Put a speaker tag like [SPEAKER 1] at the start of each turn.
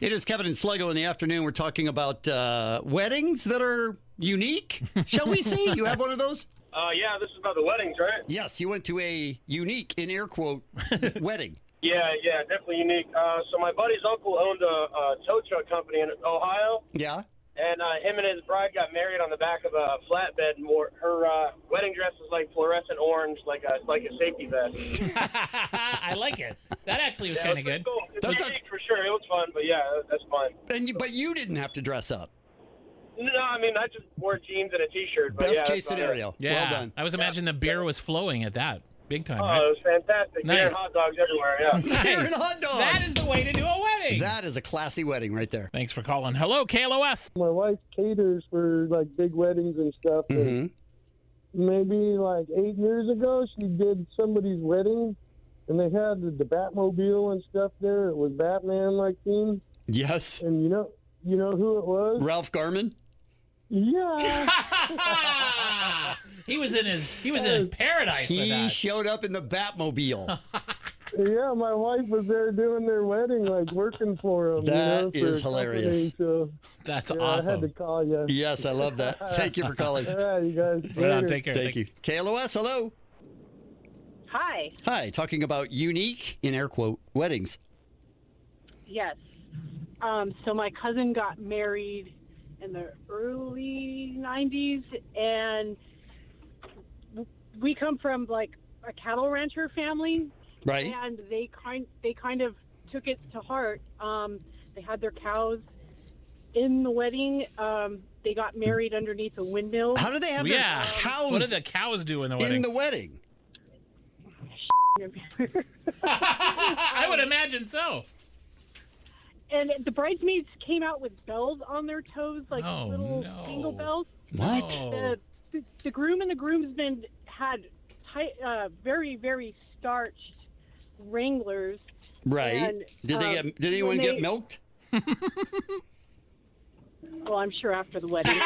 [SPEAKER 1] It is Kevin and Sluggo in the afternoon. We're talking about uh, weddings that are unique. Shall we say you have one of those?
[SPEAKER 2] Uh, yeah, this is about the weddings, right?
[SPEAKER 1] Yes, you went to a unique, in air quote, wedding.
[SPEAKER 2] Yeah, yeah, definitely unique. Uh, so my buddy's uncle owned a, a tow truck company in Ohio,
[SPEAKER 1] Yeah.
[SPEAKER 2] and uh, him and his bride got married on the back of a flatbed. And wore, her uh, wedding dress was like fluorescent orange, like a like a safety vest.
[SPEAKER 3] I like it. That actually was kind of good.
[SPEAKER 2] Cool. It
[SPEAKER 1] Does
[SPEAKER 2] was
[SPEAKER 1] that-
[SPEAKER 2] unique for sure. It was fun, but yeah, that's fun.
[SPEAKER 1] And you, but you didn't have to dress up.
[SPEAKER 2] No, I mean I just wore jeans and a t-shirt. But
[SPEAKER 1] Best
[SPEAKER 2] yeah, that's
[SPEAKER 1] case
[SPEAKER 2] about it.
[SPEAKER 1] scenario. Well
[SPEAKER 3] Yeah,
[SPEAKER 1] done.
[SPEAKER 3] I was imagining the beer was flowing at that big time.
[SPEAKER 2] Oh,
[SPEAKER 3] right?
[SPEAKER 2] it was fantastic. Beer
[SPEAKER 3] Nice.
[SPEAKER 2] and hot dogs everywhere. Yeah.
[SPEAKER 1] Beer and hot dogs.
[SPEAKER 3] That is the way to do a wedding.
[SPEAKER 1] that is a classy wedding right there.
[SPEAKER 3] Thanks for calling. Hello, KLOS.
[SPEAKER 4] my wife caters for like big weddings and stuff.
[SPEAKER 2] Mm-hmm.
[SPEAKER 1] Mm-hmm.
[SPEAKER 4] And maybe like eight years ago, she did somebody's wedding, and they had the, the Batmobile and stuff there. It was Batman like theme,
[SPEAKER 1] Yes.
[SPEAKER 4] and you know, you know who it was?
[SPEAKER 1] Ralph Garman.
[SPEAKER 4] Yeah,
[SPEAKER 3] he was in his he was in paradise with
[SPEAKER 1] He
[SPEAKER 3] that.
[SPEAKER 1] showed up in the Batmobile.
[SPEAKER 4] yeah. My wife was there doing their wedding, like working for them.
[SPEAKER 1] That
[SPEAKER 4] you know, for
[SPEAKER 1] is
[SPEAKER 4] a company,
[SPEAKER 1] hilarious.
[SPEAKER 4] so
[SPEAKER 3] That's
[SPEAKER 4] yeah, I had to
[SPEAKER 3] awesome.
[SPEAKER 4] call you.
[SPEAKER 1] yes, I love that. Thank you for calling.
[SPEAKER 4] All right, you guys.
[SPEAKER 3] Right on,
[SPEAKER 4] later.
[SPEAKER 3] take care.
[SPEAKER 1] Thank you. KLOS, hello.
[SPEAKER 5] Hi.
[SPEAKER 1] Hi, talking about unique, in air quote, weddings.
[SPEAKER 5] Yes. Um, so my cousin got married in the early 90s, and w- we come from like a cattle rancher family,
[SPEAKER 1] Right?
[SPEAKER 5] and they kind they kind of took it to heart. Um, they had their cows in the wedding. Um, they got married underneath a windmill.
[SPEAKER 1] How do they have
[SPEAKER 3] Yeah.
[SPEAKER 1] their cows
[SPEAKER 3] What did the cows do in the
[SPEAKER 1] in
[SPEAKER 3] wedding?
[SPEAKER 1] the wedding?
[SPEAKER 3] I would imagine so.
[SPEAKER 5] and the bridesmaids came out with bells on their toes, like
[SPEAKER 3] Oh,
[SPEAKER 5] little
[SPEAKER 3] no.
[SPEAKER 5] jingle bells.
[SPEAKER 1] What?
[SPEAKER 3] Oh.
[SPEAKER 5] the, the, the groom and the groomsmen had tight, uh, very, very starched Wranglers.
[SPEAKER 1] Right.
[SPEAKER 5] And,
[SPEAKER 1] did they
[SPEAKER 5] um,
[SPEAKER 1] get, did anyone
[SPEAKER 5] when
[SPEAKER 1] get
[SPEAKER 5] they-
[SPEAKER 1] milked?
[SPEAKER 5] Well, I'm sure after the wedding.